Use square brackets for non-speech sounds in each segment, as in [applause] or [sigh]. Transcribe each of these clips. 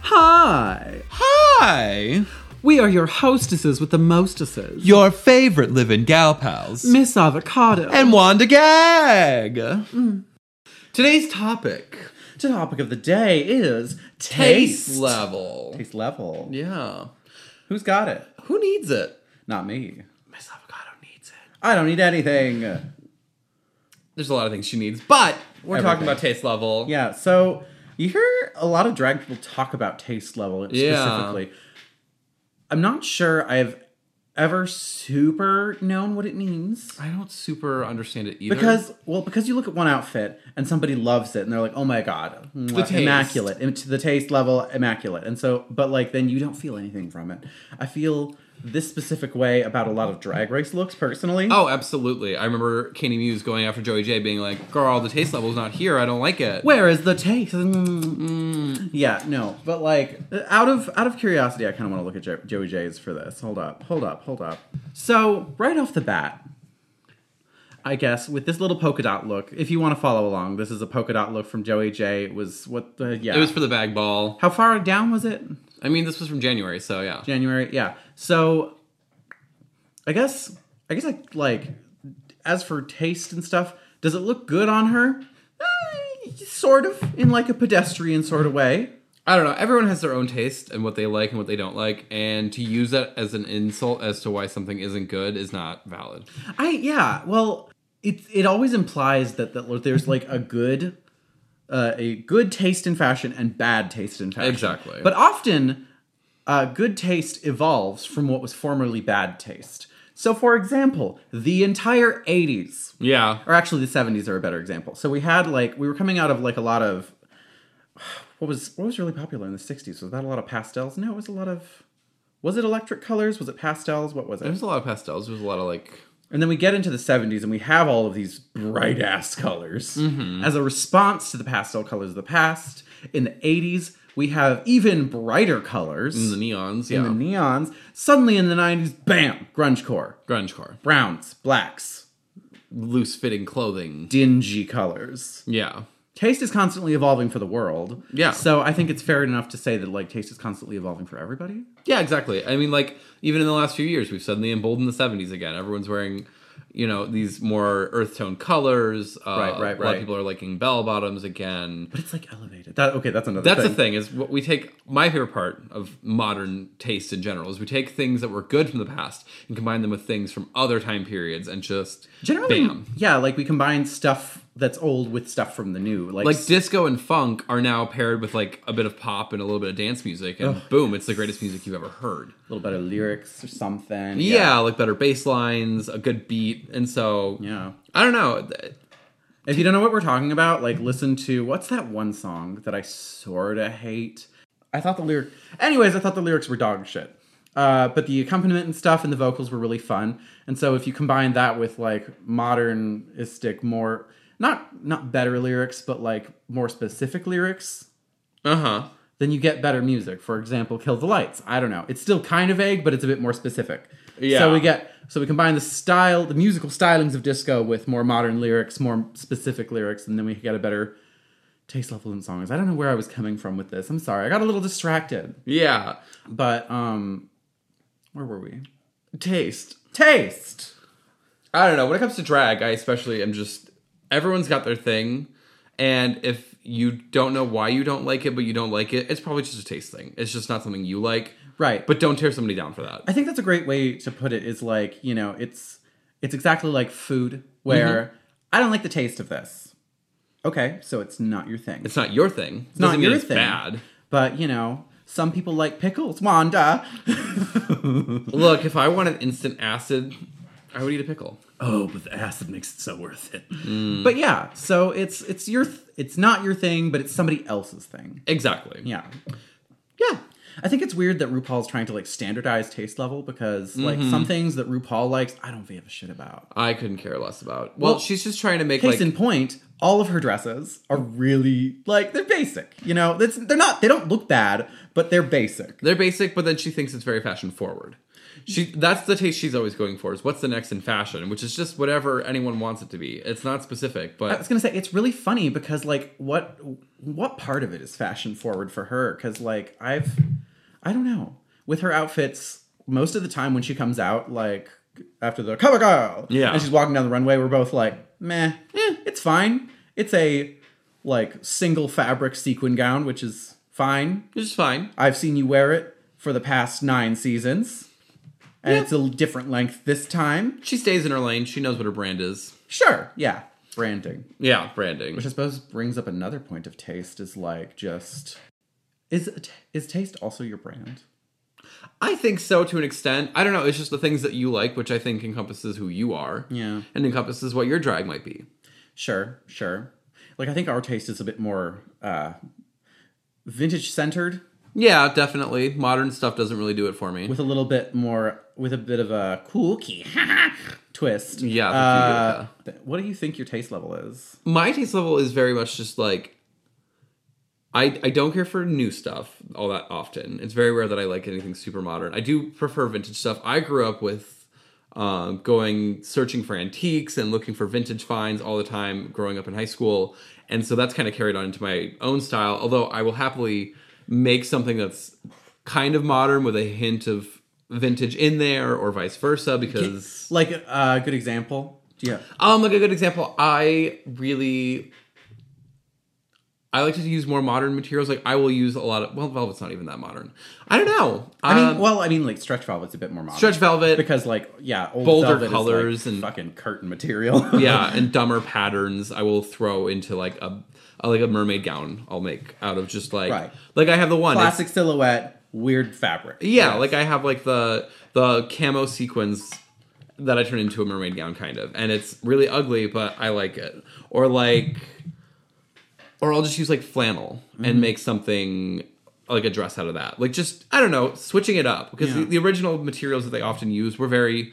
Hi. Hi! We are your hostesses with the mostesses. Your favorite living gal pals. Miss Avocado. and Wanda Gag! Mm. Today's topic the topic of the day is taste, level. Taste level. Yeah. Who's got it? Who needs it? Not me. Miss Avocado needs it. I don't need anything. There's a lot of things she needs, but we're talking Everything. about taste level. Yeah, so you hear a lot of drag people talk about taste level Yeah. specifically. I'm not sure I've ever super known what it means. I don't super understand it either. Because well, because you look at one outfit and somebody loves it and they're like, "Oh my god, mwah, taste. immaculate!" Im- to the taste level, immaculate. And so, but like then you don't feel anything from it. I feel this specific way about a lot of drag race looks personally. Oh, absolutely. I remember Katie Muse going after Joey J being like, girl, the taste level's not here. I don't like it. Where is the taste? Mm, Yeah, no, but like out of out of curiosity, I kind of want to look at jo- Joey J's for this. Hold up, hold up, hold up. So right off the bat, I guess with this little polka dot look, if you want to follow along, this is a polka dot look from Joey J. It was what the yeah. It was for the bag ball. How far down was it? I mean, this was from January, so yeah. January, yeah. So I guess I guess I like as for taste and stuff, does it look good on her? Eh, Sort of, in like a pedestrian sort of way. I don't know. Everyone has their own taste and what they like and what they don't like, and to use that as an insult as to why something isn't good is not valid. I yeah. Well, it it always implies that that there's like a good, uh, a good taste in fashion and bad taste in fashion. Exactly. But often, uh, good taste evolves from what was formerly bad taste. So, for example, the entire '80s, Yeah. or actually the '70s, are a better example. So we had like we were coming out of like a lot of [sighs] what was what was really popular in the '60s. Was that a lot of pastels? No, it was a lot of. Was it electric colors? Was it pastels? What was it? There was a lot of pastels. There was a lot of like. And then we get into the 70s and we have all of these bright ass colors as a response to the pastel colors of the past. In the 80s, we have even brighter colors The neons, Mm, yeah. in the neons. Suddenly in the 90s, bam, grunge core, Grunge core. browns, blacks, Loose fitting clothing. dingy colors. Yeah. Taste is constantly evolving for the world. Yeah. So I think it's fair enough to say that like taste is constantly evolving for everybody. Yeah, exactly. I mean, like, even in the last few years, we've suddenly emboldened the 70s again. Everyone's wearing, you know, these more earth tone colors. Uh, Right, right, A lot right. of people are liking bell bottoms again. But it's like elevated. That okay, that's another That's thing. the thing is what we take. My favorite part of modern taste in general is we take things that were good from the past and combine them with things from other time periods and just Generally, bam. yeah, like we combine stuff that's old with stuff from the new. Like, Like disco and funk are now paired with like a bit of pop and a little bit of dance music, and boom, it's the greatest music you've ever heard. a little bit of lyrics or something. Yeah, like better bass lines, a good beat, and so Yeah. I don't know. If you don't know what we're talking about, like listen to what's that one song that I sort of hate? I thought the lyric Anyways, I thought the lyrics were dog shit. Uh, but the accompaniment and stuff and the vocals were really fun. And so if you combine that with like modernistic more not not better lyrics, but like more specific lyrics, Uh huh. then you get better music. For example, Kill the Lights. I don't know. It's still kind of vague, but it's a bit more specific. Yeah. So we get so we combine the style, the musical stylings of disco with more modern lyrics, more specific lyrics, and then we get a better taste level in songs. I don't know where I was coming from with this. I'm sorry. I got a little distracted. Yeah, But um where were we? taste. Taste. I don't know. When it comes to drag, I especially am just everyone's got their thing, and if you don't know why you don't like it, but you don't like it, it's probably just a taste thing. It's just not something you like. Right. But don't tear somebody down for that. I think that's a great way to put it. Is like you know, it's it's exactly like food, where I don't like the taste of this. Okay, so it's not your thing. It's not your thing. It's not mean your it's thing. Bad. But you know, some people like pickles, Wanda. [laughs] Look, if I wanted instant acid, I would eat a pickle. oh, but the acid makes it so worth it. But yeah, so it's it's your th- it's not your thing, but it's somebody else's thing. Exactly. Yeah, Yeah. I think it's weird that RuPaul's trying to like standardize taste level because like some things that RuPaul likes, I don't give a shit about. I couldn't care less about. Well, Well, she's just trying to make Case like in point, all of her dresses are really like they're basic. You know, that's they're not they don't look bad, but they're basic. they're basic, but then she thinks it's very fashion forward. She that's the taste she's always going for is what's the next in fashion, which is just whatever anyone wants it to be. It's not specific, I but was gonna say it's really funny because like what what part of it is fashion forward for her? Because like I've I don't know with her outfits most of the time when she comes out like after the cover girl Yeah. and she's walking down the runway we're both like meh eh, it's fine it's a like single fabric sequin gown which is fine it's just fine. I've seen you wear it for the past nine seasons and Yeah. it's a different length this time She stays in her lane. She knows what her brand is. sure yeah branding Yeah, branding. Which I suppose brings up another point of taste is like just is is taste also your brand? I think so to an extent. I don't know. It's just the things that you like, which I think encompasses who you are. Yeah. And encompasses what your drag might be. Sure, sure. Like I think our taste is a bit more uh vintage centered Yeah, definitely. Modern stuff doesn't really do it for me. with a little bit more with a bit of a kooky [laughs] twist. Yeah, that's Uh, th- what do you think your taste level is? My taste level is very much just like I I don't care for new stuff all that often. It's very rare that I like anything super modern. I do prefer vintage stuff. I grew up with um, going searching for antiques and looking for vintage finds all the time growing up in high school, and so that's kind of carried on into my own style. Although I will happily make something that's kind of modern with a hint of vintage in there, or vice versa, because. Like a uh, good example? Yeah. Um, like a good example, I really I like to use more modern materials. Like I will use a lot of well, velvet's not even that modern. I don't know. I mean, Um, well, I mean, like stretch velvet's a bit more modern. stretch velvet, because, like, yeah, old Bolder velvet is, like, colors and- fucking curtain material. [laughs] [laughs] yeah, and dumber patterns. I will throw into like a, a like a mermaid gown. I'll make out of just like Right. like I have the one. It's- classic silhouette, weird fabric. Yeah, like I have like the the camo sequins that I turn into a mermaid gown kind of, and it's really ugly, but I like it. Or like, or I'll just use like flannel Mm-hmm. and make something like a dress out of that. Like just I don't know, switching it up because Yeah. the, the original materials that they often use were very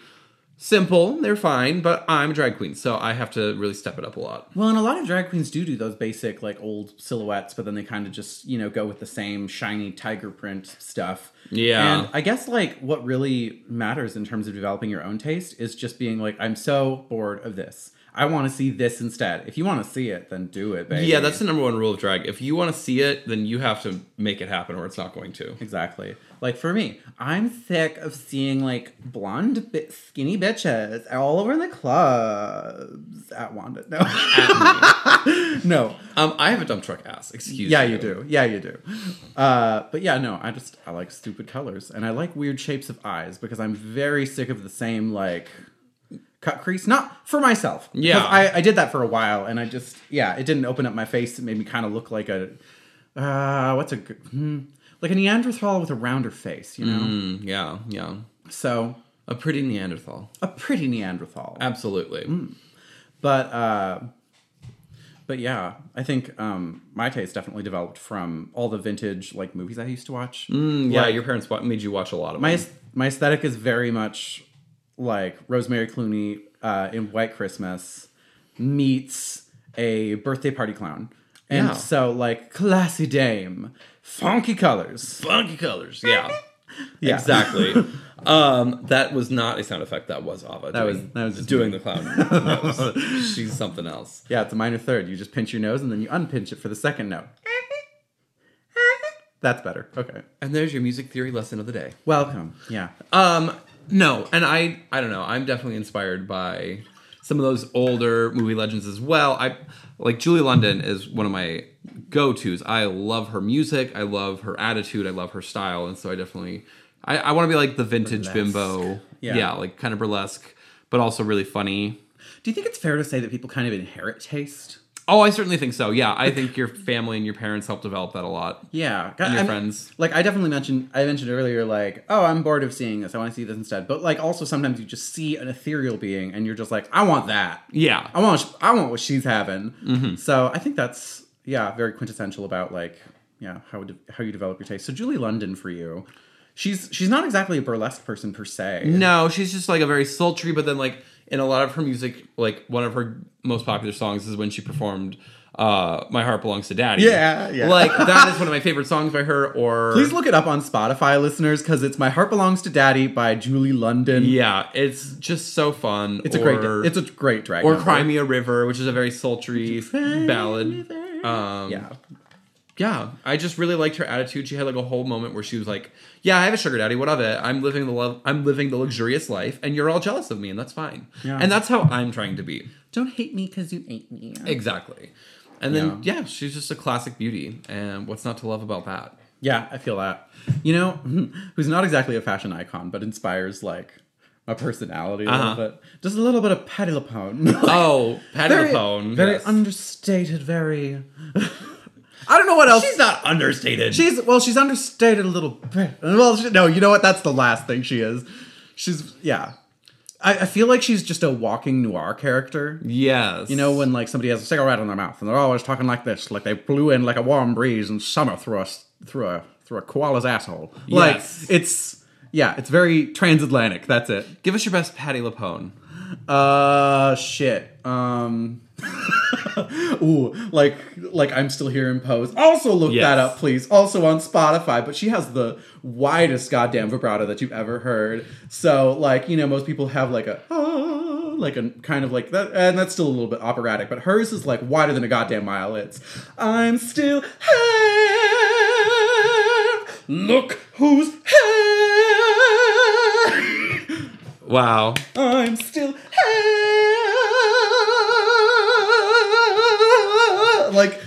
simple. They're fine, but I'm a drag queen, so I have to really step it up a lot. Well, and a lot of drag queens do do those basic like old silhouettes, but then they kind of just you know go with the same shiny tiger print stuff. Yeah. and I guess like what really matters in terms of developing your own taste is just being like, I'm so bored of this. I want to see this instead. If you want to see it, then do it, baby. Yeah, that's the number one rule of drag. If you want to see it, then you have to make it happen, or it's not going to. Exactly. Like for me, I'm sick of seeing like blonde, bi- skinny bitches all over in the clubs [laughs] at Wanda. No, [laughs] no. Um, I have a dump truck ass. Excuse. Yeah, you do. Yeah, you do. Uh, but yeah, no, I just I like stupid colors and I like weird shapes of eyes because I'm very sick of the same like cut crease. Not for myself. because Yeah. I, I did that for a while and I just yeah, it didn't open up my face. It made me kind of look like a uh, what's a g- hmm, like a Neanderthal with a rounder face, you know. Mm, yeah, yeah. So A pretty Neanderthal. Mm, a pretty Neanderthal. Absolutely. but uh but yeah i think um my taste definitely developed from all the vintage like movies i used to watch Mm, yeah, Like, your parents wa- made you watch a lot of my them. my aesthetic is very much like rosemary clooney uh in white christmas meets a birthday party clown and Yeah. so like classy dame funky [laughs] colors funky colors. Yeah. Yeah. Exactly. [laughs] um, that was not a sound effect. That was Ava. That was- that was just doing the clown. That [laughs] was- she's something else. yeah it's a minor third you just pinch your nose and then you unpinch it for the second note [laughs] that's better okay And there's your music theory lesson of the day. welcome yeah Um, no, and I I don't know. I'm definitely inspired by some of those older movie legends as well. I like Julie London is one of my go-tos. I love her music, I love her attitude, I love her style, and so I definitely I, I want to be like the vintage bimbo. Yeah. yeah, like kind of burlesque, but also really funny. Do you think it's fair to say that people kind of inherit taste? Oh, I certainly think so. Yeah, I think your family and your parents help develop that a lot. Yeah, and your friends. Like I definitely mentioned, I mentioned earlier, like, oh, I'm bored of seeing this. I want to see this instead. But like, also sometimes you just see an ethereal being, and you're just like, I want that. Yeah. I want, I want what she's having. Mm-hmm. So I think that's yeah, very quintessential about like yeah how de- how you develop your taste. So Julie London for you, she's she's not exactly a burlesque person per se. No, she's just like a very sultry, but then like in a lot of her music, like one of her most popular songs is when she performed uh, My Heart Belongs to Daddy. Yeah, yeah. Like, that is one of my favorite songs by her, or. [laughs] Please look it up on Spotify, listeners, because it's "My Heart Belongs to Daddy" by Julie London. Yeah, it's just so fun. It's a Or- great, it's a great drag. or number. Cry Me a River, which is a very sultry ballad. Um, Yeah, yeah, I just really liked her attitude. She had like a whole moment where she was like, "Yeah, I have a sugar daddy. What of it? I'm living the love. I'm living the luxurious life, and you're all jealous of me, and that's fine. Yeah. And that's how I'm trying to be. don't hate me because you ain't me. Exactly. And then yeah. she's just a classic beauty, and what's not to love about that? Yeah, I feel that. [laughs] You know, who's not exactly a fashion icon, but inspires like my personality a Uh-huh. little bit. Just a little bit of Patty LaPone. Oh, Patty [laughs] very, LuPone. very yes. understated. Very. [laughs] I don't know what else. she's not understated. She's well, she's understated a little bit. Well, she, no, you know what? That's the last thing she is. She's yeah. I, I feel like she's just a walking noir character. yes. You know, when like somebody has a cigarette in their mouth and they're always talking like this, like they blew in like a warm breeze in summer through a through a through a koala's asshole. Like Yes. it's yeah, it's very transatlantic. That's it. give us your best Patty LaPone. Uh, shit. Um. [laughs] Ooh, like like I'm still here in pose. Also look Yes. that up, please. Also on Spotify, but she has the widest goddamn vibrato that you've ever heard. So like you know, most people have like a ah, like a kind of like that, and that's still a little bit operatic. But hers is like wider than a goddamn mile. It's I'm still here. Look Mm, who's here. [laughs] Wow. I'm still here. like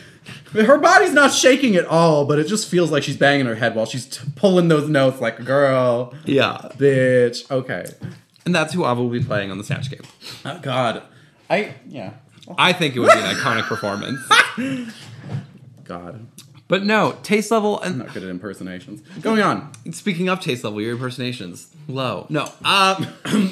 her body's not shaking at all, but it just feels like she's banging her head while she's t- pulling those notes like girl, Yeah. bitch. Okay. And that's who I will be playing on the Snatch Game. Oh god. I yeah. Oh, I think it would be an iconic [laughs] performance. god. I'm But no, taste level and not good at impersonations. Going on. speaking of taste level, your impersonations low. No, uh,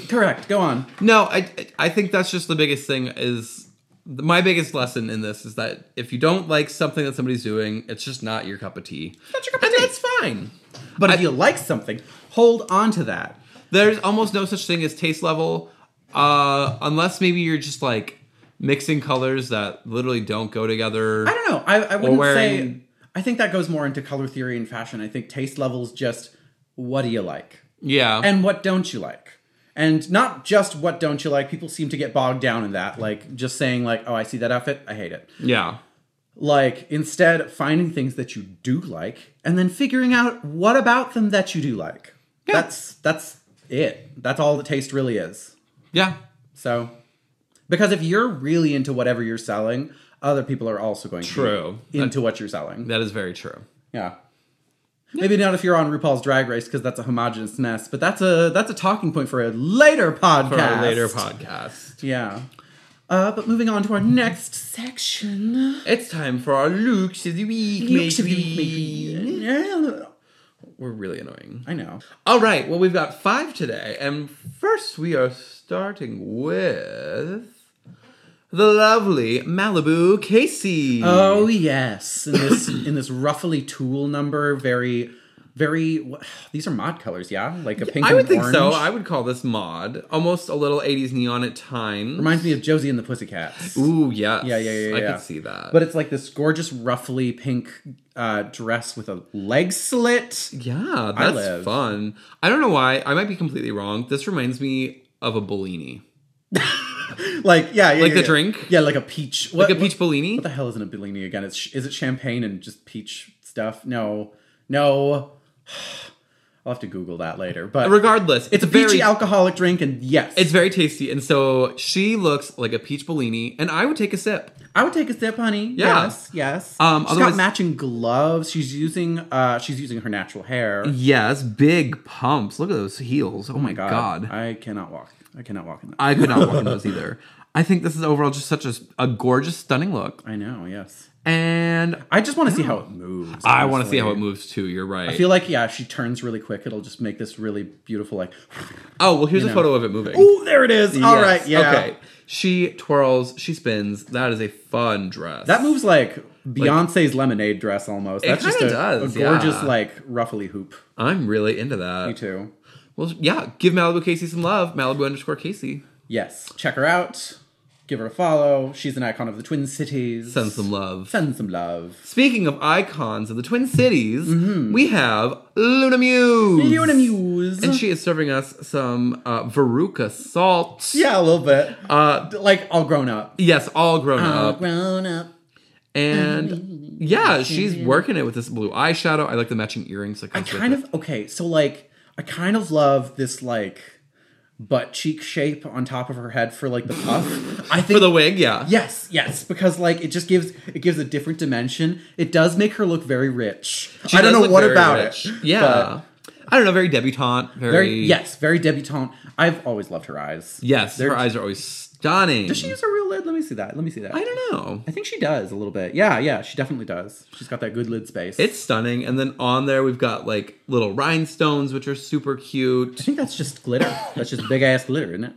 Correct. Go on. no, I I think that's just the biggest thing is my biggest lesson in this is that if you don't like something that somebody's doing, it's just not your cup of tea. Not your cup of and tea. that's fine. But if you like something, hold on to that. There's almost no such thing as taste level, uh, unless maybe you're just like mixing colors that literally don't go together. I don't know. I, I wouldn't say. wearing- I think that goes more into color theory and fashion. I think taste levels just what do you like? yeah, and what don't you like and not just what don't you like people seem to get bogged down in that like just saying like oh i see that outfit i hate it yeah, like instead finding things that you do like and then figuring out what about them that you do like that's that's it that's all the taste really is yeah. so because if you're really into whatever you're selling other people are also going True. to be into what you're selling That is very true. yeah. Maybe not if you're on RuPaul's Drag Race because that's a homogenous mess, but that's a that's a talking point for a later podcast. For our later podcast. Yeah. Uh, but moving on to our next section. It's time for our Luke's of the Week, Luke's of the matey. Week, matey. We're really annoying. I know. All right, well, we've got five today. And first, we are starting with the lovely Malibu Casey. Oh yes, [coughs] in this in this ruffly tulle number, very, very. wh- These are mod colors, yeah, like a pink. I would and think so. orange. I would call this mod. Almost a little 80s neon at times. Reminds me of Josie and the Pussycats. Ooh, yes. Yeah, yeah, yeah, I yeah. could see that. But it's like this gorgeous, ruffly pink uh, dress with a leg slit. yeah, that's live. fun. I don't know why. I might be completely wrong. This reminds me of a Bellini. Like yeah, yeah Like yeah, the yeah. drink? Yeah, like a peach. Like a peach Bellini? What the hell is in a Bellini again? It's is it champagne and just peach stuff? No, no. [sighs] I'll have to Google that later. But Regardless, it's a very peachy alcoholic drink, and yes, It's very tasty, and so she looks like a peach Bellini, and I would take a sip. I would take a sip, honey. Yeah. Yes, yes. Um, she's got otherwise- matching gloves. She's using uh, she's using her natural hair. Mm, Yes, big pumps. Look at those heels. Oh my god, I cannot walk. I cannot walk in that. I could not walk in those [laughs] either. I think this is overall just such a, a gorgeous, stunning look, I know. Yes. and I just want to see how it moves. I want to see how it honestly. moves too. You're right. I feel like yeah, if she turns really quick, it'll just make this really beautiful. Like, [laughs] oh well, here's a know. photo of it moving. oh, there it is. All right, yeah. Okay. She twirls. She spins. That is a fun dress. That moves like Beyonce's lemonade dress almost. That's just a, kinda does, a gorgeous yeah. like ruffly hoop. I'm really into Me that. too. Well, yeah. Give Malibu Casey some love. Malibu underscore Casey. Yes, check her out. Give her a follow. She's an icon of the Twin Cities. Send some love. Send some love. Speaking of icons of the Twin Cities, we have Luna Muse. You and Mm-hmm. Muse. And she is serving us some uh, Veruca salt. yeah, a little bit. Uh, like all grown up. yes, all grown All up. grown up. mm-hmm. And yeah, she's working it with this blue eyeshadow. I like the matching earrings that I comes kind with of okay. So like, I kind of love this like butt cheek shape on top of her head for like the [laughs] puff. I it. think For the wig, yeah. Yes, yes, because like it just gives it gives a different dimension. It does make her look very rich. She I does don't know look what very about rich. it. but Yeah. I don't know, very debutante. Very, very yes, very debutante. I've always loved her eyes. Yes, They're- her eyes are always stunning. Does she use a real lid? Let me see that. Let me see that. I don't know. I think she does a little bit. Yeah, yeah, she definitely does. She's got that good lid space. It's stunning. And then on there, we've got like little rhinestones, which are super I cute. think that's just glitter. that's just big ass glitter, isn't it?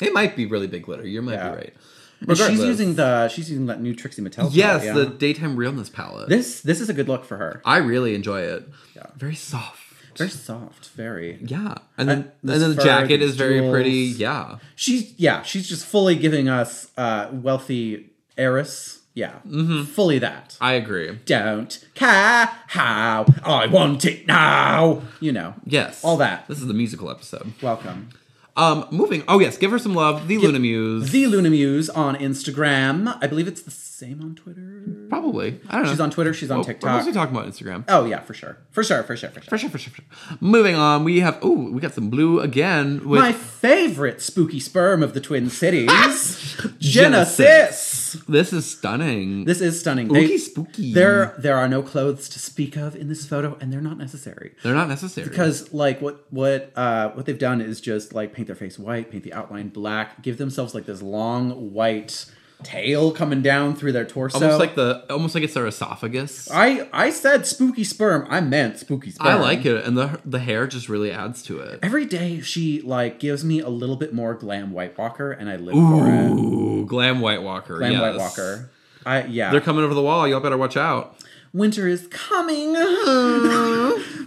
It might be really big glitter. You might Yeah. be right. And she's Regardless. using the she's using that new Trixie Mattel. palette, Yes, yeah. the daytime realness palette. this this is a good look for her. I really enjoy it. Yeah. Very soft. Very soft, very. Yeah. And then, and this then the fur, jacket these is very pretty. jewels. Yeah. She's yeah, she's just fully giving us uh wealthy heiress. Yeah. Fully that. I agree. Don't care how I want it now. You know. Yes. All that. This is the musical episode. Welcome. Um, moving. Oh, yes. Give her some love. The Luna Muse. The Luna Muse on Instagram. I believe it's the same on Twitter. Probably. I don't know. She's on Twitter, she's Oh, on We're TikTok. mostly talking about Instagram. Oh yeah, for sure. For sure, for sure, for For sure. sure, for sure, for sure. Moving on, we have oh, we got some blue again with My favorite spooky sperm of the Twin Cities. Genesis. this is stunning. This is stunning. spooky, They- spooky. There, there are no clothes to speak of in this photo, and they're not necessary they're not necessary because, like, what what uh, what they've done is just like paint their face white, paint the outline black, give themselves like this long white tail coming down through their torso. almost like the almost like it's their esophagus. I, I I said spooky sperm. I meant spooky sperm. like it, and the the hair just really adds to it. Every day she like gives me a little bit more glam White Walker, and I live for it. Ooh, glam White Walker. Glam yes. White Walker. I yeah. They're coming over the wall. Y'all better watch out. winter is coming.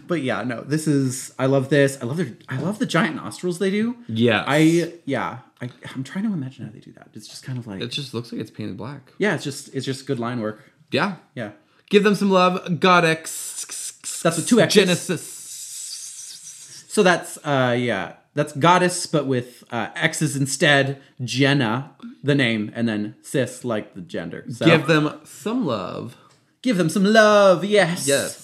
[laughs] but yeah, no, this is I love this. I love their I love the giant nostrils they do. Yes. I yeah. I, I'm trying to imagine how they do that. It's just kind of like It just looks like it's painted black. yeah, it's just it's just good line work. Yeah. Yeah. Give them some love. God X. That's with two X's. Genesis. So that's uh yeah. That's goddess, but with uh, X's instead. Jenna, the name, and then cis, like the gender. So Give them some love. give them some love. Yes. Yes.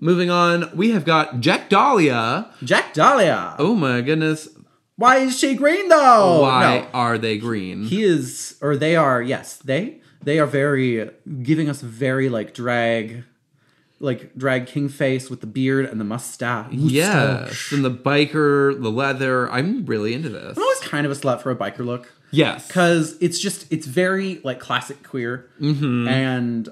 Moving on, we have got Jack Dahlia. Jack Dahlia. Oh my goodness. Why is she green though? Why Oh, No. are they green? he is or they are yes they they are very giving us very like drag like drag king face with the beard and the mustache yes. And the biker, the leather. I'm really into this. i'm always kind of a slut for a biker look Yes. because it's just it's very like classic queer Mm-hmm. and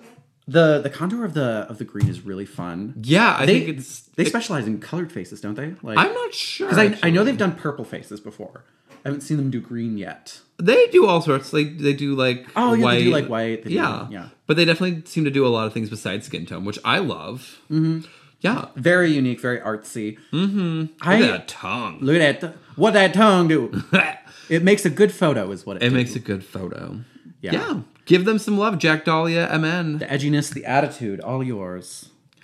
the the contour of the of the green is really fun Yeah, I they think it's. they specialize in colored faces don't they like I'm not sure. because I, I actually. know they've done purple faces before i haven't seen them do green yet they do all sorts. They they do like Oh, yeah, white. they do, like, white. They do- yeah, yeah. But they definitely seem to do a lot of things besides skin tone, which I love. Mm-hmm. Yeah, very unique very artsy mm-hmm I, I, that tongue. [laughs] Look at that. What that tongue do? it It makes a good photo, is what it, do. makes a good photo. Yeah. yeah. Give them some love, Jack Dahlia, MN. The edginess, the attitude, all yours. Mm-hmm.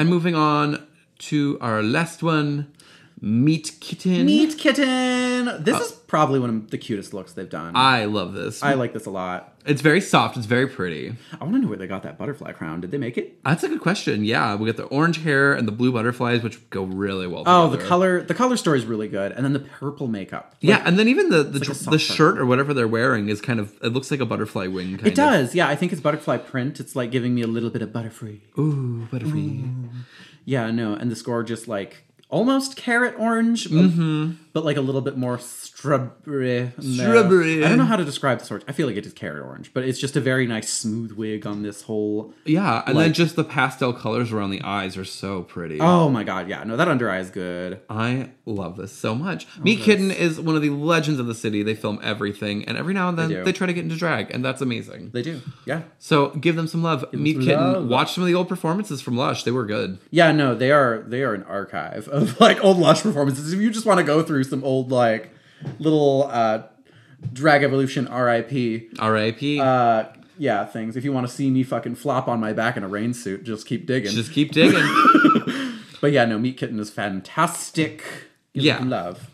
And moving on to our last one, Meat Kitten. Meat kitten. This is probably one of the cutest looks they've done. I, Uh, I love this. like this a lot. it's very soft. It's very pretty. I want to know where they got that butterfly crown. Did they make it? That's a good question. Yeah, we got the orange hair and the blue butterflies, which go really well. Oh, the together. color. The color story is really good, and then the purple makeup. Like, yeah, and then even the the, like a dr- soft the fur. shirt or whatever they're wearing is kind of it looks like a butterfly wing. Kind it does. Yeah, I think it's butterfly print. It's like giving me a little bit of butterfree. Of. Ooh, butterfly. Yeah, no, and the score just like almost carrot orange, but, but like a little bit more strawberry. no. Strawberry. I don't know how to describe this orange. I feel like it is carrot orange, but it's just a very nice smooth wig on this whole. Yeah, and then Like- just the pastel colors around the eyes are so pretty. Oh my god, yeah, no, that under eye is good. I love this so much. Oh, Meat Kitten is one of the legends of the city. They film everything, and every now and then They they, do. try to get into drag, and that's amazing. They do, yeah, So give them some love. Meat some Kitten. love. Watch some of the old performances from Lush. They were good. yeah, no, they are they are an archive [laughs] of like old lush performances. If you just want to go through some old like little uh Drag Evolution RIP. R.I.P. Uh, yeah, things. If you want to see me fucking flop on my back in a rain suit, just keep digging. Just keep digging. [laughs] but yeah, no, Meat Kitten is fantastic. Give Yeah. it Love.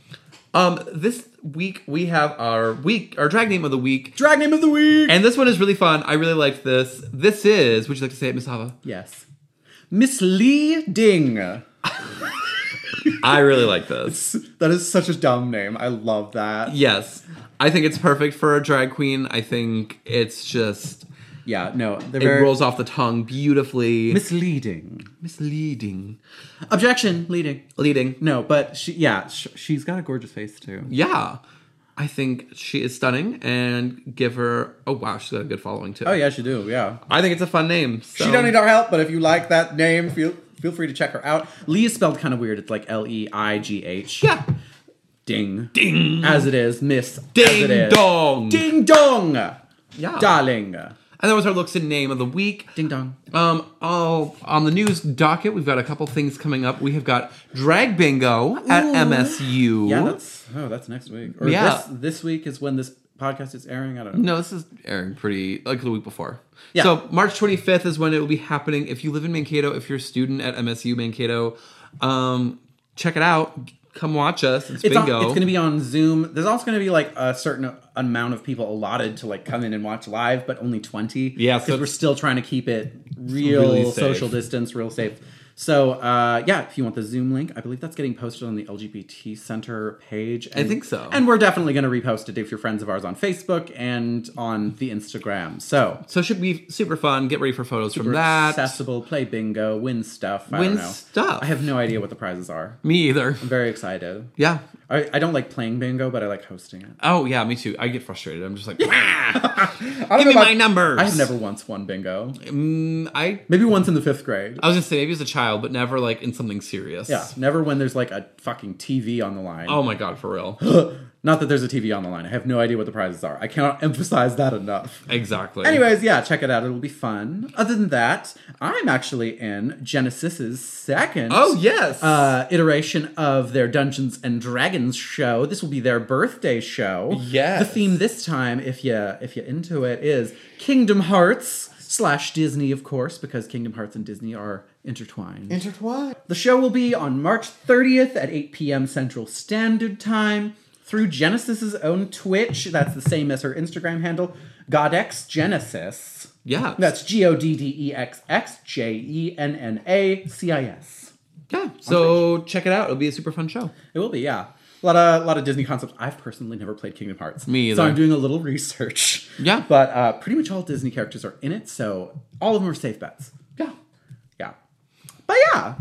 um, this week we have our week, our drag name of the week, Drag name of the week. and this one is really fun. I really liked this. This is. Would you like to say it, Miss Hava? yes. Misleading. I really like this. That is such a dumb name. I love that. Yes, I think it's perfect for a drag queen. I think it's just Yeah, no, they're it very rolls off the tongue beautifully. misleading. misleading, Objection, leading. leading. No, but she, yeah, sh- she's got a gorgeous face too. Yeah. I think she is stunning and give her oh wow, she's got a good following too. Oh yeah, she do. Yeah, I think it's a fun name. So. she don't need our help, but if you like that name, feel feel free to check her out. Lee is spelled kind of weird. It's like L E I G H. Yeah. ding, ding, as it is, Miss as it Ding is. dong. ding dong, Yeah. darling, And that was our looks and name of the week. ding dong. Um, oh, on the news docket, we've got a couple things coming up. We have got drag bingo at MSU. Yeah, that's oh, that's next week. Or Yeah. this, this week is when this podcast is airing. I don't know. No, this is airing pretty like the week before. Yeah. So March 25th is when it will be happening. If you live in Mankato, if you're a student at MSU Mankato, um, check it out. Come watch us. It's, It's, on- bingo. it's going to be on Zoom. There's also going to be like a certain amount of people allotted to like come in and watch live, but only 20. Yeah, so because we're it's- still trying to keep it real Really safe. social distance, real safe. So uh, yeah, if you want the Zoom link, I believe that's getting posted on the LGBT Center page. And, think so. And we're definitely going to repost it if you're friends of ours on Facebook and on the Instagram. So so it should be super fun. Get ready for photos from we're that. accessible, play bingo, win stuff. I Win don't know. stuff. I have no idea what the prizes are. Me either. I'm very excited. Yeah. I, I don't like playing bingo, but I like hosting it. Oh yeah, me too. I get frustrated. I'm just like, "Wah." I give don't me know about- my numbers. I have never once won bingo. Mm, I Maybe once in the fifth grade. I was gonna say maybe as a child, but never like in something serious. Yeah, never when there's like a fucking TV on the line. Oh my god, for [gasps] real. Not that there's a TV on the line. I have no idea what the prizes are. I cannot [laughs] emphasize that enough. exactly. Anyways, yeah, check it out. It'll be fun. Other than that, I'm actually in Genesis's second. Oh yes. Uh, iteration of their Dungeons and Dragons show. This will be their birthday show. Yes. The theme this time, if you if you're into it, is Kingdom Hearts slash Disney, of course, because Kingdom Hearts and Disney are intertwined. Intertwined. The show will be on March 30th at 8 p.m. Central Standard Time through Genesis's own Twitch. That's the same as her Instagram handle, Godex Genesis. Yeah. That's G O D D E X X J E N N A C I S. yeah. So check it out. It'll be a super fun show. It will be, yeah. A lot of lot of Disney concepts. I've personally never played Kingdom Hearts, Me So either. I'm doing a little research. Yeah. but uh, pretty much all Disney characters are in it, so all of them are safe bets. Yeah. Yeah. But yeah.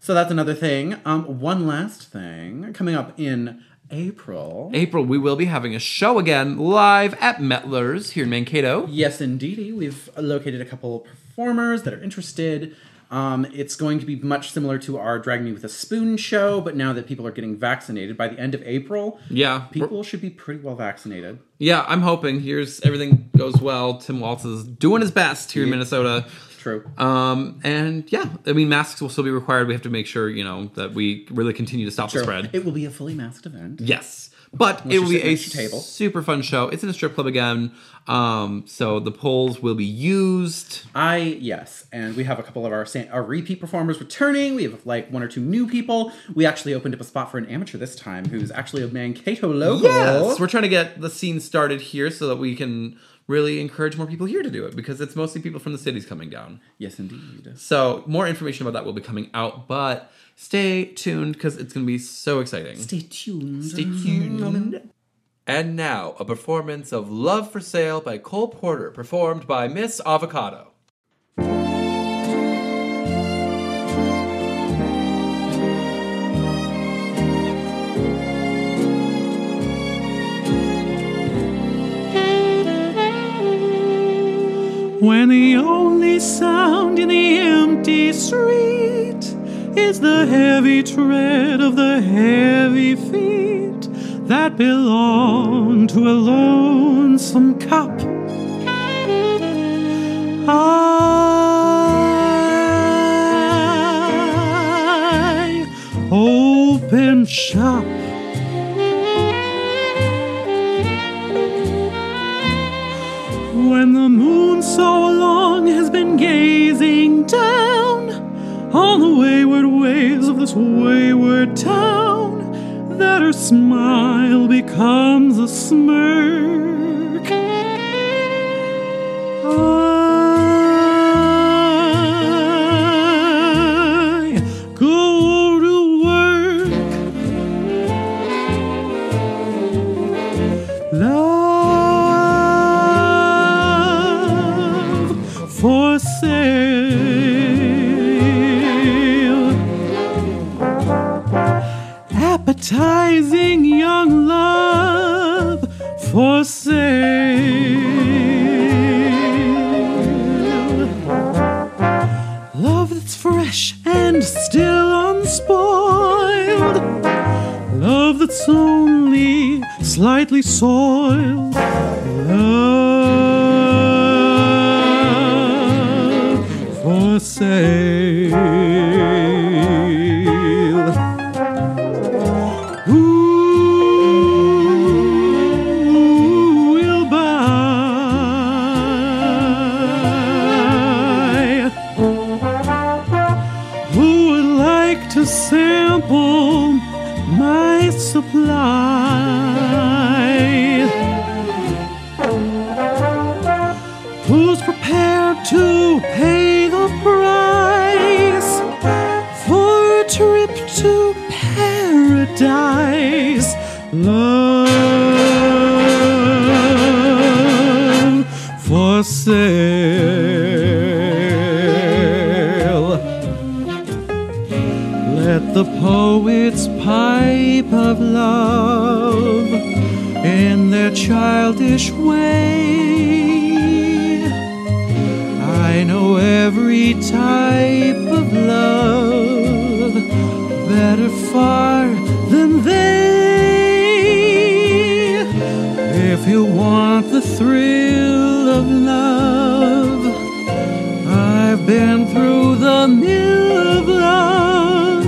So that's another thing. Um, one last thing coming up in April. April, we will be having a show again live at Metler's here in Mankato. Yes, indeedy. We've located a couple performers that are interested. Um, it's going to be much similar to our Drag Me with a Spoon show, but now that people are getting vaccinated by the end of April, Yeah. we're- people should be pretty well vaccinated. Yeah, I'm hoping. Here's everything goes well. Tim Waltz is doing his best here in Minnesota. True. Um, and yeah, I mean, masks will still be required. We have to make sure, you know, that we really continue to stop Sure. the spread. It will be a fully masked event. yes. But it will you're be sitting a at your table. super fun show. It's in a strip club again. Um, so the poles will be used. I yes, and we have a couple of our sa- our repeat performers returning. We have like one or two new people. We actually opened up a spot for an amateur this time, who's actually a Mankato local. Yes, we're trying to get the scene started here so that we can really encourage more people here to do it because it's mostly people from the cities coming down. yes, indeed. So more information about that will be coming out, but stay tuned because it's going to be so exciting. Stay tuned. Stay tuned. And now a performance of "Love for Sale" by Cole Porter, performed by Miss Avocado. when the only sound in the empty street is the heavy tread of the heavy feet that belong to a lonesome cop. Ah. I open shop. The moon so long has been gazing down on the wayward waves of this wayward town that her smile becomes a smirk. Ah. I go to work love for sale. Appetizing young love for sale. Love that's fresh and still unspoiled. Love that's only slightly soiled. Love for sale. Who will buy? Who would like to sample my supply? Who's prepared to pay the price for a trip to paradise? Love for sale. Let the poets pipe of love in their childish way. I know every type of love better far than they. If you want the thrill of love, I've been through the mill of love,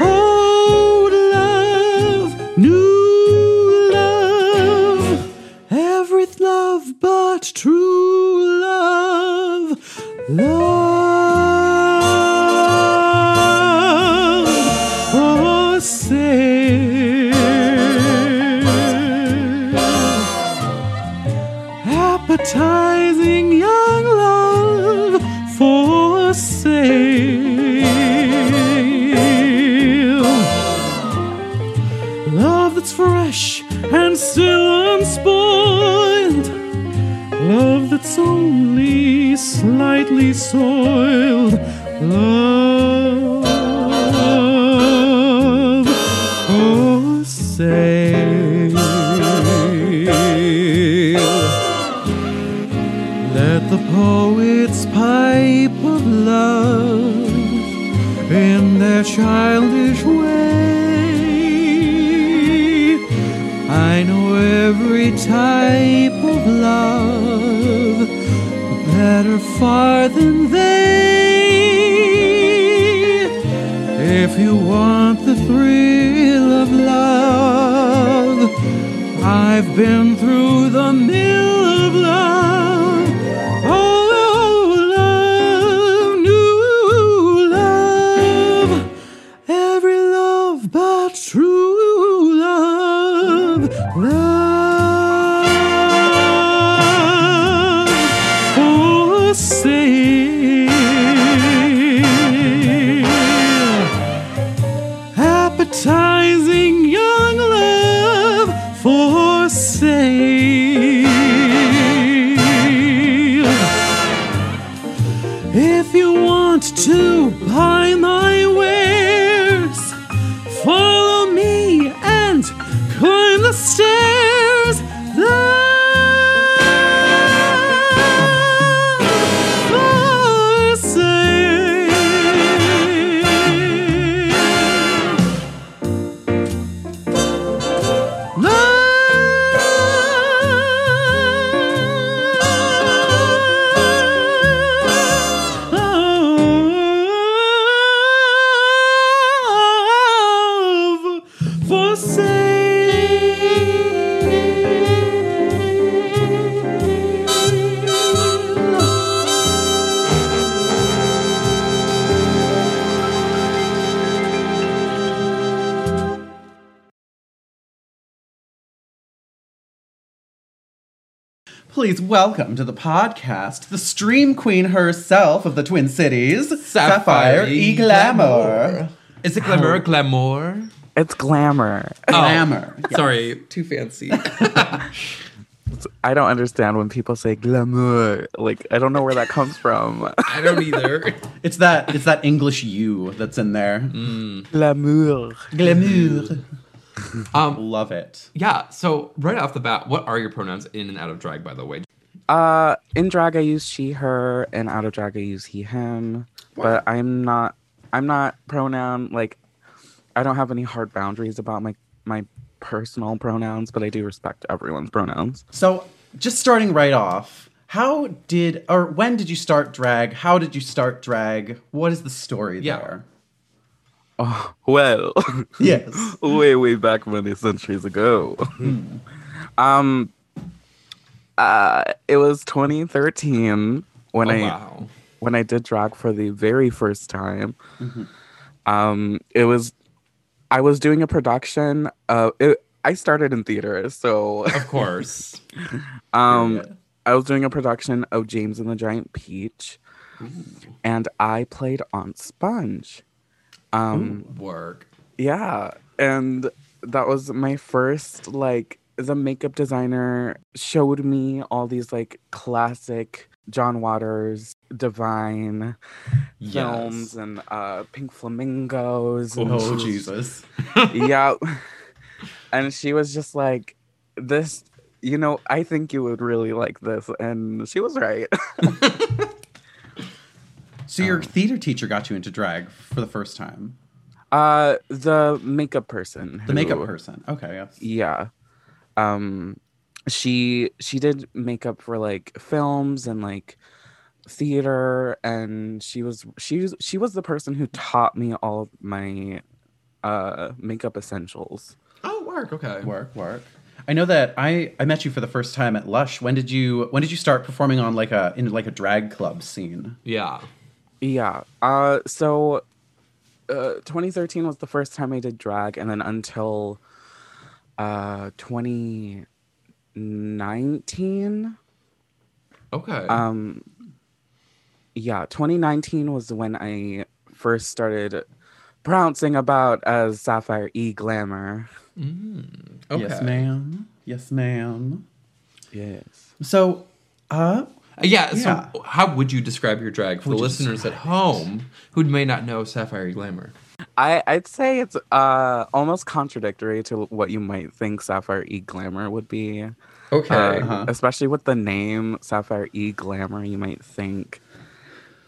old love, new love, every love but true love, love for sale appetizing young love for sale. Love that's fresh and still unspoiled. Love that's only slightly soiled. Love for sale. Let the poets pipe of love in their childish way. I know every type of love better far than they. If you want the thrill of love, I've been through the mill of love. Oh, love, new love. Every love but true love. Love for sale appetizing young love for sale. If you want to buy my wares, follow me and climb the stairs. Love for sale. Love for sale. Please welcome to the podcast the stream queen herself of the Twin Cities, Sapphire, E. Glamour. Is it glamour? Oh. Glamour? It's glamour. Glamour. Yeah. Oh, Sorry, too [laughs] fancy. I don't understand when people say glamour. Like, I don't know where that comes from. [laughs] I don't either. It's that it's that English U that's in there. Mm. glamour. Glamour. Um, Love it. yeah. So right off the bat, what are your pronouns in and out of drag? By the way, Uh, in drag I use she, her, and out of drag I use he, him. But I'm not. I'm not pronoun like. I don't have any hard boundaries about my my personal pronouns, but I do respect everyone's pronouns. So, just starting right off, how did or when did you start drag? How did you start drag? What is the story Yeah. there? [laughs] Well, Yes. way way back many centuries ago. Hmm. um. Uh, it was 2013 oh, when I wow. when I did drag for the very first time, Mm-hmm. um, it was I was doing a production. Uh, it, I started in [laughs] theater, so Of course. um, Yeah. I was doing a production of James and the Giant Peach, and I played Aunt Sponge. Um, Work. yeah, and that was my first like the makeup designer showed me all these like classic John Waters, Divine, films Yes. and uh, Pink [laughs] Flamingos. And Oh Jesus. yeah. And she was just like, this, you know, I think you would really like this. And she was right. [laughs] So Um. your theater teacher got you into drag for the first time. Uh, the makeup person. The makeup who- person. Okay. Yes. Yeah. Um, she she did makeup for like films and like theater and she was she was, she was the person who taught me all of my uh makeup essentials Oh, work. Okay. Work, work. I know that I I met you for the first time at Lush. When did you when did you start performing on like a in like a drag club scene? Yeah. Yeah. Uh, so uh, 2013 was the first time I did drag, and then until uh, 2019, Okay. um, yeah, 2019 was when I first started pronouncing about as Sapphire E Glamour. okay. Yes, ma'am. Yes, ma'am. Yes. So, uh, Yeah. So, Yeah. how would you describe your drag for Would the you listeners at home who may not know Sapphire Glamour? I, I'd say it's uh, almost contradictory to what you might think Sapphire E Glamour would be. Okay. Uh, Uh-huh. Especially with the name Sapphire E Glamour, you might think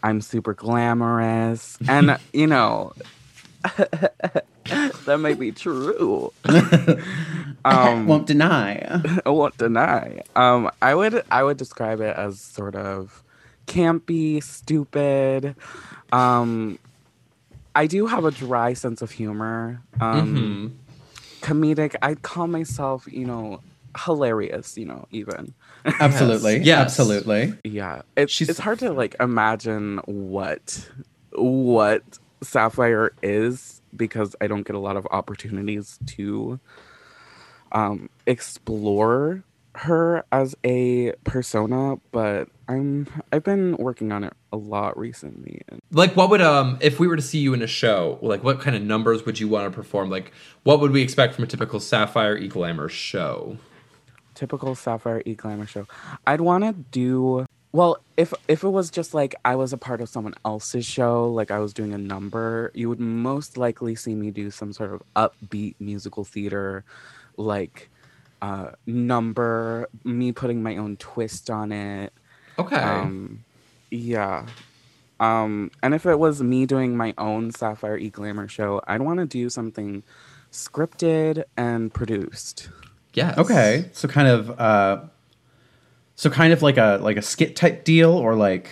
I'm super glamorous. And, you know, [laughs] that might be true. won't [laughs] deny. [laughs] I won't deny. Um, I would I would describe it as sort of campy, stupid. Um, I do have a dry sense of humor. Um, comedic. I'd call myself, you know, hilarious. You know, even. Absolutely. Yes. Absolutely. Yeah, it's She's- it's hard to like imagine what what Sapphire is because I don't get a lot of opportunities to um explore her as a persona, but I'm I've been working on it a lot recently. And Like, what would um if we were to see you in a show? Like, what kind of numbers would you want to perform? Like, what would we expect from a typical Sapphire E Glamour show? typical Sapphire E glamour show. I'd want to do well if if it was just like I was a part of someone else's show, like I was doing a number, you would most likely see me do some sort of upbeat musical theater, like uh, number, me putting my own twist on it. Okay. Um, yeah. Um, and if it was me doing my own Sapphire E Glamour show, I'd want to do something scripted and produced. yes. Okay. So kind of, uh, so kind of like a like a skit type deal, or like,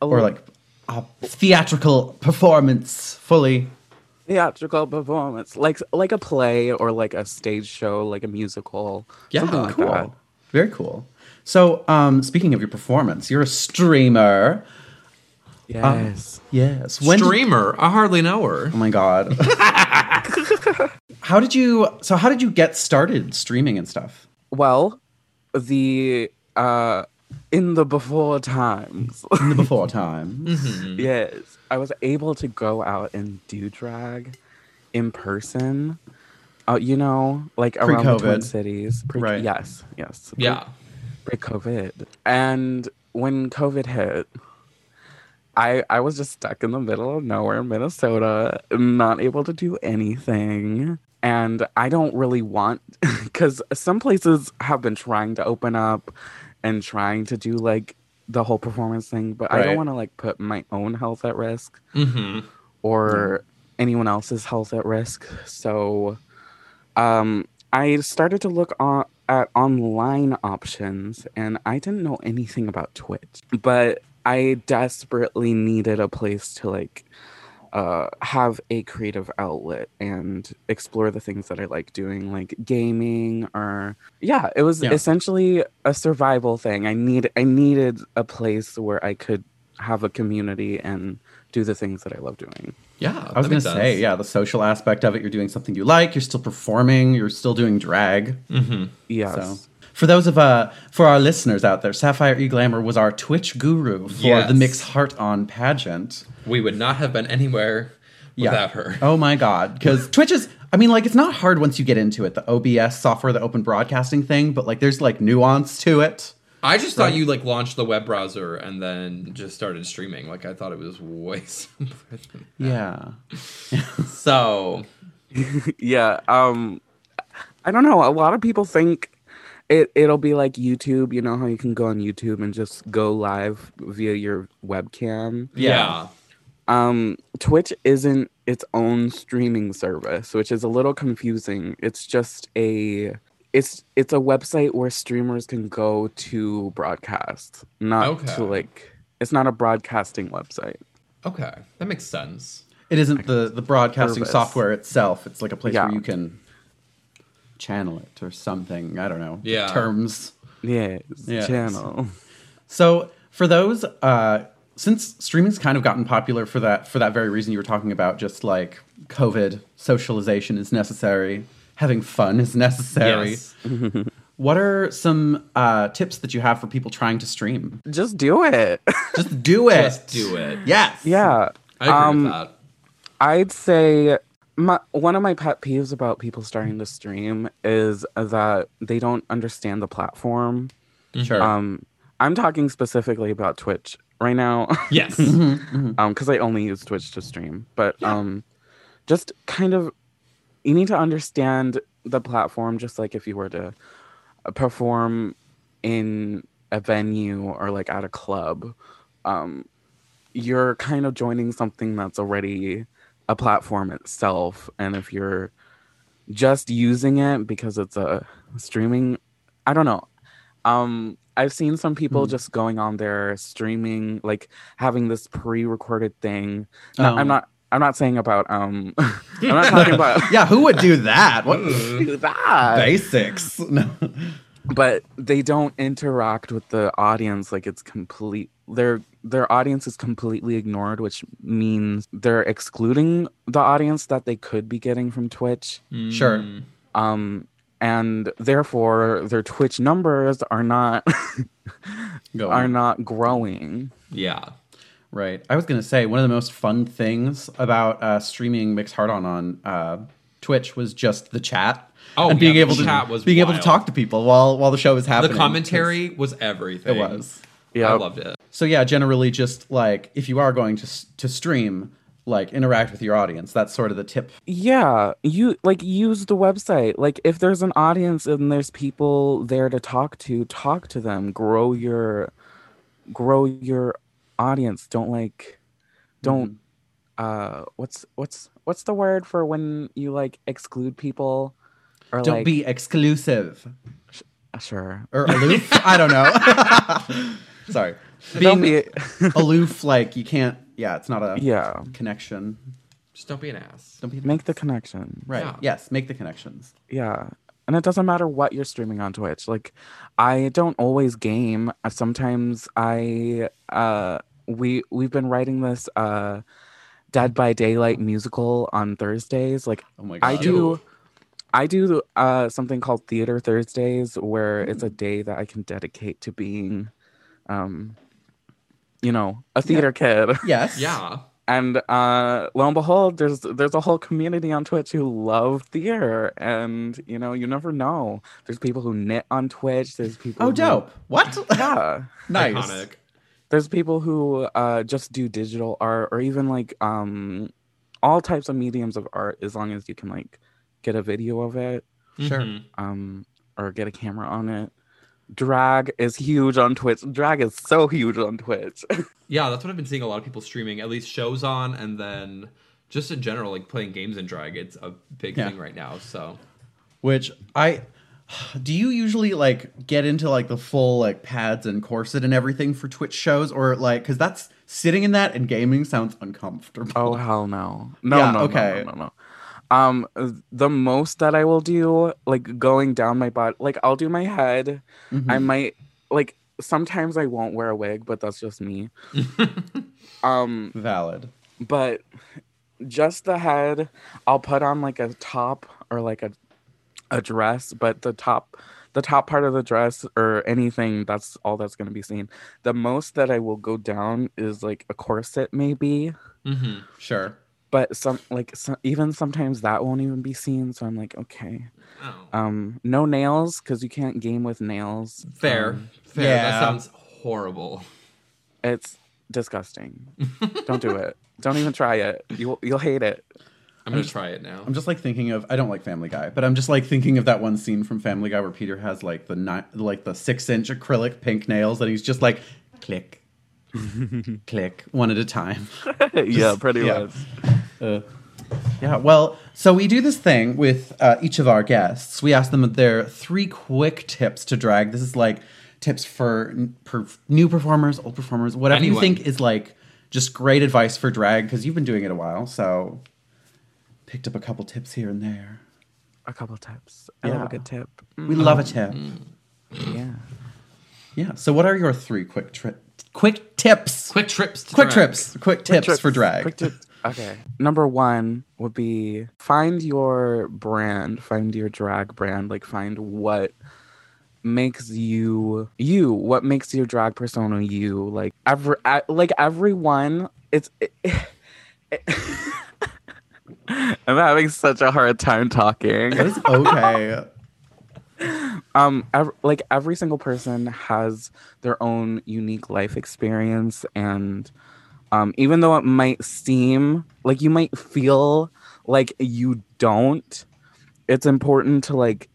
or like a theatrical performance fully. theatrical performance, like like a play or like a stage show, like a musical. Yeah, something like cool. that. Very cool. So, um, speaking of your performance, you're a streamer. Yes. Yes. When did- Streamer. I hardly know her. oh [laughs] my god. how did you? So how did you get started streaming and stuff? well, the uh, in the before times. [laughs] in the before time. Mm-hmm. yes, I was able to go out and do drag in person. Uh, you know, like around the Twin Pre-COVID. Cities. Pre- Right. Yes. Yes. Yeah. Pre COVID. And when COVID hit, I I was just stuck in the middle of nowhere, in Minnesota, not able to do anything. And I don't really want [laughs] because some places have been trying to open up and trying to do like the whole performance thing, but I Right. don't want to like put my own health at risk hmm or anyone else's health at risk. So um, I started to look on, at online options and I didn't know anything about Twitch, but I desperately needed a place to like uh, have a creative outlet and explore the things that I like doing, like gaming or yeah, it was Yeah. essentially a survival thing. I need I needed a place where I could have a community and do the things that I love doing. Yeah. I was that going makes to say, sense. yeah, the social aspect of it. You're doing something you like. You're still performing. You're still doing drag. Mm-hmm. Yes. [laughs] So, for those of uh, for our listeners out there, Sapphire E Glamour was our Twitch guru for Yes. the Mix Heart On pageant. We would not have been anywhere Yeah. without her. Oh my god, because Twitch is. I mean, like it's not hard once you get into it. The OBS software, the open broadcasting thing, but like there's like nuance to it. I just thought you like launched the web browser and then just started streaming. Like I thought it was way [laughs] simpler. than- Yeah. So yeah. Um I don't know. A lot of people think it it'll be like YouTube, you know how you can go on YouTube and just go live via your webcam. yeah. Um Twitch isn't its own streaming service, which is a little confusing. It's just a it's it's a website where streamers can go to broadcast, not Okay. to like it's not a broadcasting website. Okay, that makes sense. It isn't the the broadcasting Service. software itself. It's like a place Yeah. where you can channel it or something. I don't know. Yeah. Terms. Yes, Yes. channel. So for those, uh, since streaming's kind of gotten popular for that for that very reason you were talking about, just like COVID, socialization is necessary, having fun is necessary. Yes. What are some uh, tips that you have for people trying to stream? Just do it. [laughs] Just do it. Just do it. Yes. yeah. I agree Um, with that. I'd say my, one of my pet peeves about people starting to stream is that they don't understand the platform. Sure. Um, I'm talking specifically about Twitch right now, [laughs] Yes. mm-hmm. um, because I only use Twitch to stream. But um, just kind of, you need to understand the platform, just like if you were to uh, perform in a venue or like at a club. Um, you're kind of joining something that's already a platform itself and if you're just using it because it's a streaming i don't know um i've seen some people just going on there streaming like having this pre-recorded thing No, Oh. i'm not i'm not saying about um [laughs] i'm not talking about [laughs] yeah. Who would do that? What Mm. do that basics? [laughs] No. but they don't interact with the audience like it's complete their their audience is completely ignored which means they're excluding the audience that they could be getting from twitch Mm. Sure. um and therefore their twitch numbers are not [laughs] Go are on. not growing Yeah. Right. I was going to say one of the most fun things about uh, streaming Mix Hard On on uh, Twitch was just the chat. Oh, and being yeah, the able to chat was being able wild. to talk to people while while the show was The happening. commentary was everything. It was. I yeah loved it. So yeah, generally just like if you are going to s- to stream, like interact with your audience. That's sort of the tip. yeah you like use the website like if there's an audience and there's people there to talk to talk to them grow your grow your audience don't like don't Mm-hmm. uh what's what's what's the word for when you like exclude people or Don't like be exclusive uh, sure [laughs] or aloof. I don't know. [laughs] Sorry. Don't Being [laughs] aloof like you can't yeah, it's not a yeah connection. Just don't be an ass. Don't be make the connection Right. Yeah. Yes, make the connections. Yeah. And it doesn't matter what you're streaming on Twitch. Like I don't always game. Uh, Sometimes I uh we we've been writing this uh Dead by Daylight musical on Thursdays. Like Oh my god. I do I do uh, something called Theater Thursdays, where it's Mm. a day that I can dedicate to being, um, you know, a theater kid. [laughs] Yes. Yeah. And uh, lo and behold, there's there's a whole community on Twitch who love theater, and you know, you never know. There's people who knit on Twitch. There's people. Oh, who- dope. What? Mm-hmm. Yeah. [laughs] nice. Iconic. there's people who uh, just do digital art or even like um, all types of mediums of art as long as you can like get a video of it Sure. Mhm. um, or get a camera on it drag is huge on twitch drag is so huge on twitch [laughs] Yeah, that's what I've been seeing a lot of people streaming, at least shows on, and then just in general, like playing games in drag. It's a big Yeah. thing right now. So Which I do you usually like get into like the full like pads and corset and everything for Twitch shows or like because that's sitting in that and gaming sounds uncomfortable. oh hell no no Yeah, no, okay. no no no no um the most that i will do like going down my butt like i'll do my head Mhm. I might like sometimes I won't wear a wig, but that's just [laughs] me. um, valid. but just the head, I'll put on like a top or like a a dress, but the top the top part of the dress or anything that's all that's going to be seen. The most that I will go down is like a corset maybe, mhm. Sure. but some like some, even sometimes that won't even be seen, so I'm like, okay. Oh. Um no nails cuz you can't game with nails. fair. Um, fair. yeah. That sounds horrible. It's disgusting. Don't do [laughs] it. Don't even try it. You'll you'll hate it. I'm gonna try it now. I'm just like thinking of I don't like Family Guy, but I'm just like thinking of that one scene from Family Guy where Peter has like the ni- like the six inch acrylic pink nails and he's just like click, click one at a time. [laughs] yeah, pretty yeah. Yeah, well, so we do this thing with uh, each of our guests. We ask them their three quick tips to drag. This is like tips for n- per- new performers, old performers, whatever you Anyone. think is like just great advice for drag because you've been doing it a while. So picked up a couple tips here and there. A couple tips. I love Yeah. a good tip. [clears throat] We love a tip. Yeah. Yeah. So what are your three quick tri- quick tips? quick trips. To Quick drag. trips, quick tips for drag. Quick [laughs] tips. Okay. Number one would be find your brand. Find your drag brand. Like find what makes you you. What makes your drag persona you? Like every I- like everyone. It's. [laughs] I'm having such a hard time talking. That is okay. um ev- like every single person has their own unique life experience and um even though it might seem like you might feel like you don't it's important to like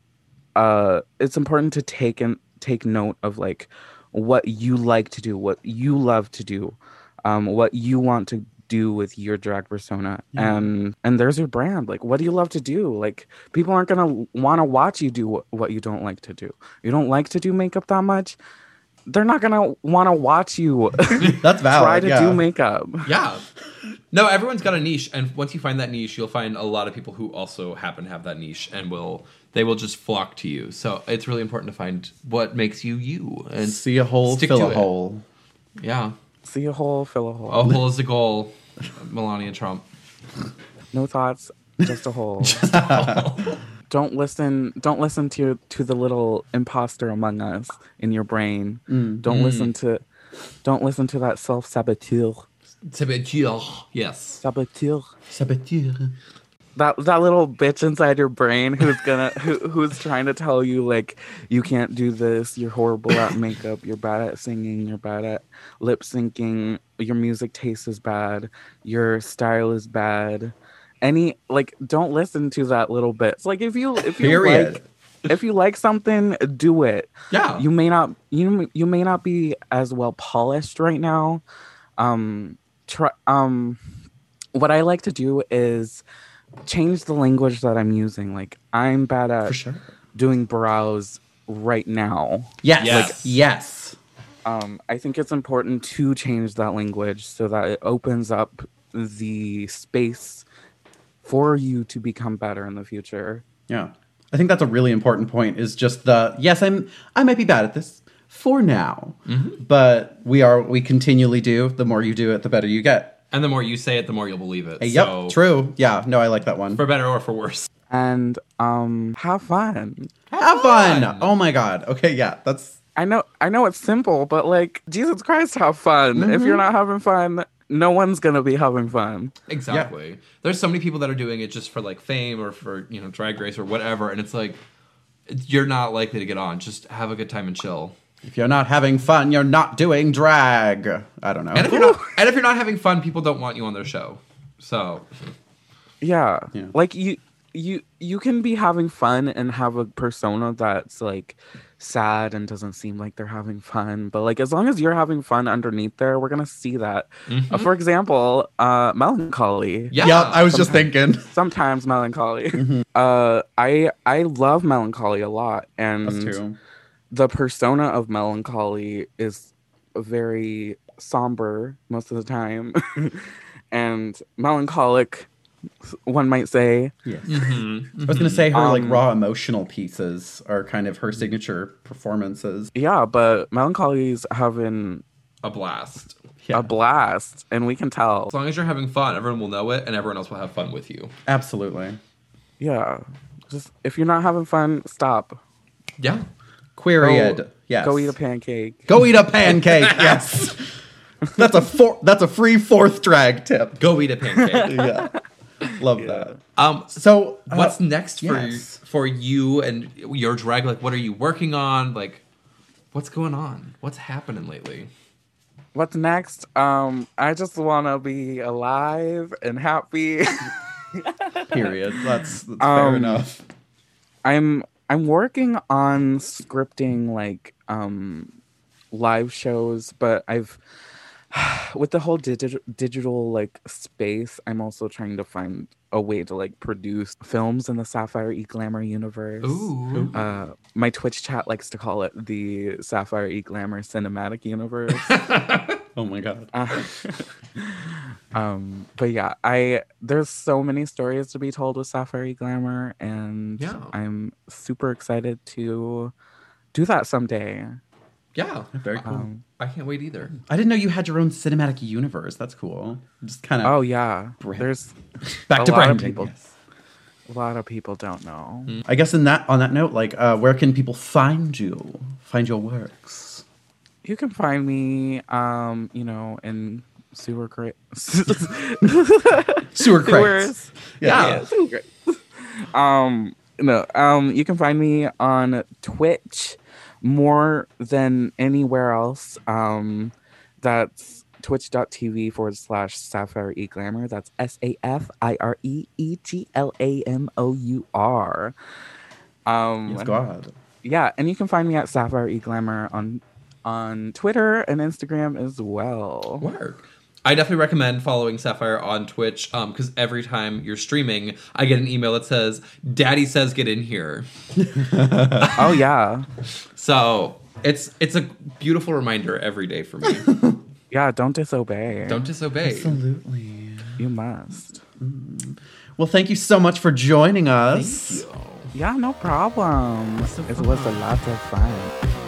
uh it's important to take and take note of like what you like to do what you love to do um what you want to do with your drag persona and and there's your brand like what do you love to do like people aren't gonna want to watch you do wh- what you don't like to do you don't like to do makeup that much they're not gonna want to watch you [laughs] That's valid. try to yeah. do makeup Yeah. [laughs] No, everyone's got a niche, and once you find that niche, you'll find a lot of people who also happen to have that niche, and will they will just flock to you. So it's really important to find what makes you you, and See a hole, Stick fill to a it. hole. yeah, see a hole fill a hole a hole is a goal. Melania [laughs] Trump. no thoughts just a hole don't listen don't listen to your, to the little imposter among us in your brain don't listen to don't listen to that self-saboteur Saboteur. Yes. saboteur Saboteur. that that little bitch inside your brain who's gonna who, who's trying to tell you like you can't do this you're horrible at makeup you're bad at singing you're bad at lip syncing your music taste is bad your style is bad any like don't listen to that little bit It's like if you if you Period. like if you like something do it Yeah. you may not you you may not be as well polished right now um try um what i like to do is change the language that i'm using like i'm bad at For sure. doing brows right now Yes. Yes. Like, yes. um i think it's important to change that language so that it opens up the space for you to become better in the future Yeah. I think that's a really important point is just the yes, I'm I might be bad at this for now. But we are we continually do. The more you do it, the better you get. And the more you say it, the more you'll believe it. Hey, so, yep. True. Yeah. No, I like that one. For better or for worse. and um have fun. Have fun. Oh my god. Okay, yeah, that's I know I know it's simple, but like Jesus Christ, have fun. If Mm-hmm. you're not having fun, no one's gonna be having fun. Exactly. There's so many people that are doing it just for like fame or for you know drag race or whatever, and it's like you're not likely to get on. Just have a good time and chill. if you're not having fun, you're not doing drag. I don't know. And if you're not, and if you're not having fun, people don't want you on their show. So Yeah. Yeah. Like you you you can be having fun and have a persona that's like sad and doesn't seem like they're having fun but like as long as you're having fun underneath there we're gonna see that Mm-hmm. Uh, for example uh melancholy yeah, Yep, I was just thinking. sometimes melancholy uh i i love melancholy a lot and Mm-hmm. Us too. the persona of melancholy is very somber most of the time [laughs] and melancholic one might say Yes. Mhm. I was gonna say her like Um, raw emotional pieces are kind of her signature performances. yeah but melancholy's having a blast. Yeah, a blast and we can tell As long as you're having fun, everyone will know it, and everyone else will have fun with you. absolutely. yeah just if you're not having fun stop Yeah. Queried. yes. go eat a pancake Go eat a pancake. yes. That's a four, that's a free fourth drag tip. Go eat a [laughs] pancake. Yeah. Love that. um, So uh, what's next for yes. for you and your drag? Like, what are you working on? Like, what's going on? What's happening lately? what's next um i just want to be alive and happy [laughs] period. [laughs] That's, that's fair Um, enough. I'm I'm working on scripting like um live shows, but I've [sighs] with the whole digi- digital like space, I'm also trying to find a way to like produce films in the Sapphire E Glamour universe. Ooh. Uh, my Twitch chat likes to call it the Sapphire E Glamour cinematic universe. Oh my god. Uh, um, but yeah, I there's so many stories to be told with Safari Glamour, and Yeah. I'm super excited to do that someday. Yeah. Very cool. Um, I can't wait either. I didn't know you had your own cinematic universe. That's cool. Just kind of oh yeah, Brand- there's back a to lot of branding. people- yes. a lot of people don't know. Mm. I guess in that on that note, like, uh, where can people find you? Find your works. You can find me, um, you know, in sewer [laughs] crit. Sewer crates. Sewers. Yeah. yeah, so great. um, no, um, you can find me on Twitch more than anywhere else. Um, that's twitch.tv forward slash sapphire e glamour. That's S A F I R E E G L A M O U R. Um, Yes, God. yeah, and you can find me at sapphire e glamour on on Twitter and Instagram as well. Work. I definitely recommend following Sapphire on Twitch because every time you're streaming, I get an email that says, "Daddy says get in here." Oh yeah, So it's it's a beautiful reminder every day for me. yeah. Don't disobey. Don't disobey. Absolutely. You must. Well, thank you so much for joining us. Thank you. Yeah, no problem. It was a lot of fun.